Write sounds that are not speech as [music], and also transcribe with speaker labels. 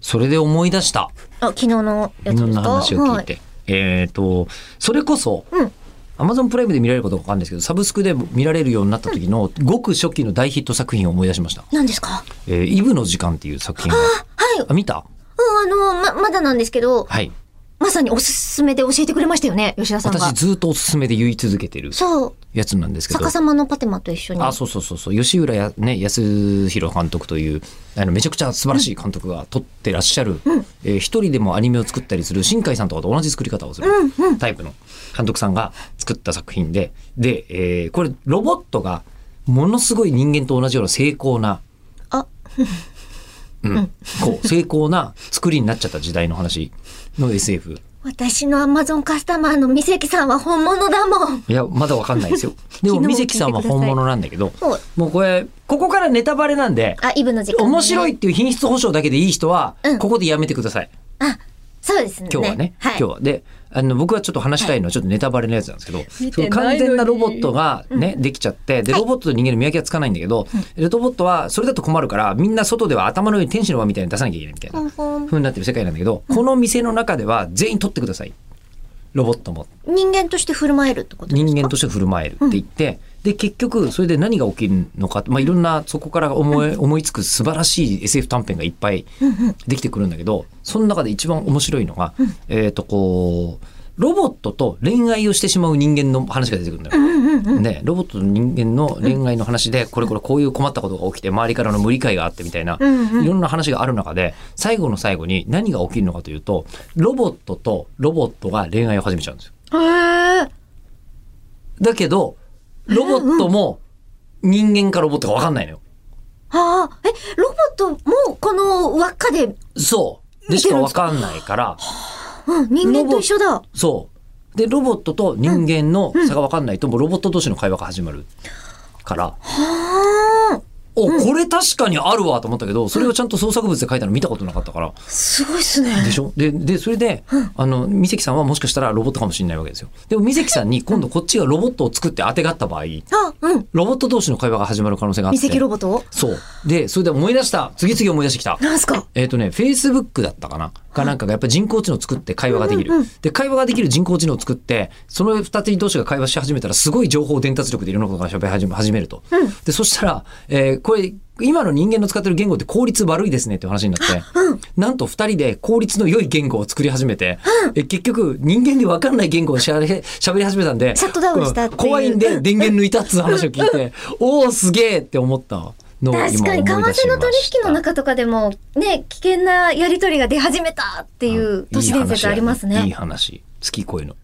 Speaker 1: それで思い出した。
Speaker 2: あ昨日のやつ
Speaker 1: 昨日
Speaker 2: です
Speaker 1: の
Speaker 2: か
Speaker 1: 話を聞いて。えっ、と、それこそ、
Speaker 2: うん
Speaker 1: Amazon プライムで見られることがわかるんないですけど、サブスクで見られるようになった時の、ごく初期の大ヒット作品を思い出しました。
Speaker 2: はい、何ですかは
Speaker 1: えーイブの時間っていう作品が。
Speaker 2: い、
Speaker 1: あ、見た
Speaker 2: うん、あの、ま、まだなんですけど、
Speaker 1: はい。
Speaker 2: まさにおすすめで教えてくれましたよね、吉田さんが
Speaker 1: 私。ずっとおすすめで言い続けてる
Speaker 2: そう、
Speaker 1: やつなんですけど
Speaker 2: 逆。さまのパテマと一緒に。
Speaker 1: あ、そうそうそうそう。吉浦や、ね、安弘監督という、あの、めちゃくちゃ素晴らしい監督が撮ってらっしゃる、えー一人でもアニメを作ったりする、新海さんとかと同じ作り方をするタイプの監督さんが作った作品で、で、えーこれ、ロボットが、ものすごい人間と同じような精巧な、
Speaker 2: あ
Speaker 1: うん、こう、精巧な作りになっちゃった時代の話の SF。
Speaker 2: 私のアマゾンカスタマーの三関さんは本物だもん。
Speaker 1: いや、まだわかんないですよ。でも、
Speaker 2: 昨日も聞い
Speaker 1: 水
Speaker 2: て
Speaker 1: 木さんは本物なんだけど、
Speaker 2: はい
Speaker 1: もうこれ、ここからネタバレなんで、
Speaker 2: あ、イブの時間、
Speaker 1: 面白いっ。ていう品質保証だけでいい人は、
Speaker 2: うん
Speaker 1: ここでやめてください。
Speaker 2: あ、そうですね。
Speaker 1: 今日はね。
Speaker 2: はい。
Speaker 1: 今日は。で、あの、僕はちょっと話したいのはちょっとネタバレのやつなんですけど、そ
Speaker 2: 見て
Speaker 1: の
Speaker 2: な
Speaker 1: 完
Speaker 2: いのに
Speaker 1: 全なロボットがね、できちゃって、で、ロボットと人間の見分けがつかないんだけど、ロボットはそれだと困るから、みんな外では頭の上に天使の輪みたいに出さなきゃいけないみたいな、
Speaker 2: ほんほん
Speaker 1: ふうになってる世界なんだけど、この店の中では全員取ってください。ロボットも。
Speaker 2: 人間として振る舞えるってことですか
Speaker 1: 人間として振る舞えるって言って、で結局それで何が起きるのか、まあ、いろんなそこから思い,、思いつく素晴らしい SF 短編がいっぱいできてくるんだけどその中で一番面白いのが、えっ、とこうロボットと恋愛をしてしまう人間の話が出てくるんだよ。ね、ロボットと人間の恋愛の話でこれこれこういう困ったことが起きて周りからの無理解があってみたいな
Speaker 2: うんうん
Speaker 1: いろんな話がある中で最後の最後に何が起きるのかというとロボットとロボットが恋愛を始めちゃうんですよ。
Speaker 2: へー
Speaker 1: だけど、ロボットも人間かロボットか分かんないのよ。
Speaker 2: ああ、え、ロボットもこの輪っかで、
Speaker 1: そう。でしか分かんないから、
Speaker 2: うん、人間と一緒だ。
Speaker 1: そう。で、ロボットと人間の差が分かんないと、もうロボット同士の会話が始まるから、
Speaker 2: ああ、
Speaker 1: お、これ確かにあるわと思ったけど、それをちゃんと創作物で書いたの見たことなかったから、
Speaker 2: すごいっすね。
Speaker 1: でしょで、で、それで、あの、三関さんはもしかしたらロボットかもしれないわけですよ。でも三関さんに今度こっちがロボットを作って当てがった場合、
Speaker 2: あ、うん。
Speaker 1: ロボット同士の会話が始まる可能性があって。
Speaker 2: 三関ロボット
Speaker 1: そう。で、それで思い出した。次々思い出してきた。
Speaker 2: なんすか
Speaker 1: えっ、とね、Facebook だったかなかなんかがやっぱり人工知能を作って会話ができる。で、会話ができる人工知能を作って、その二人同士が会話し始めたら、すごい情報伝達力でいろんなことが喋り始め始めると。で、そしたら、えーこれ、今の人間の使ってる言語って効率悪いですねっていう話になって、なんと二人で効率の良い言語を作り始めて、え結局人間で分かんない言語をしゃべ喋り始めたんで、
Speaker 2: シャットダウンしたっていう
Speaker 1: 怖いんで電源抜いたっつう話を聞いて、
Speaker 2: [laughs]
Speaker 1: おおすげえって思ったのを今思い出し
Speaker 2: 確
Speaker 1: ま
Speaker 2: かに
Speaker 1: した。
Speaker 2: 為替の取引の中とかでもね危険なやり取りが出始めたっていう都市伝説ありますね
Speaker 1: いい話好きこういうの